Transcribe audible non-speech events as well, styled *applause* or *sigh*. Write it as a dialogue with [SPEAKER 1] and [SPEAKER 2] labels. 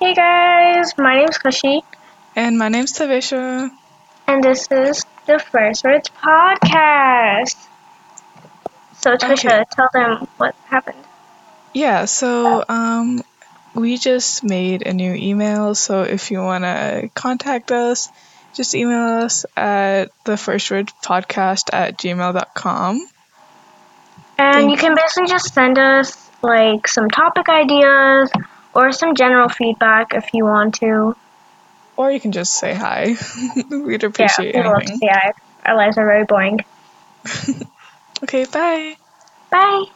[SPEAKER 1] Hey guys, my name's Kushi,
[SPEAKER 2] And my name's Tavisha.
[SPEAKER 1] and this is the First Words Podcast. So, Trisha,
[SPEAKER 2] Okay.
[SPEAKER 1] tell them what happened.
[SPEAKER 2] Yeah, so um, we just made a new email. So if you want to contact us, just email us at the first word podcast at gmail.com.
[SPEAKER 1] And you
[SPEAKER 2] Thank-
[SPEAKER 1] can basically just send us like some topic ideas or some general feedback if you want to.
[SPEAKER 2] Or you can just say hi. *laughs* We'd
[SPEAKER 1] Yeah,
[SPEAKER 2] appreciate
[SPEAKER 1] we love
[SPEAKER 2] anything.
[SPEAKER 1] CI. Our lives are very boring.
[SPEAKER 2] Okay, bye.
[SPEAKER 1] Bye.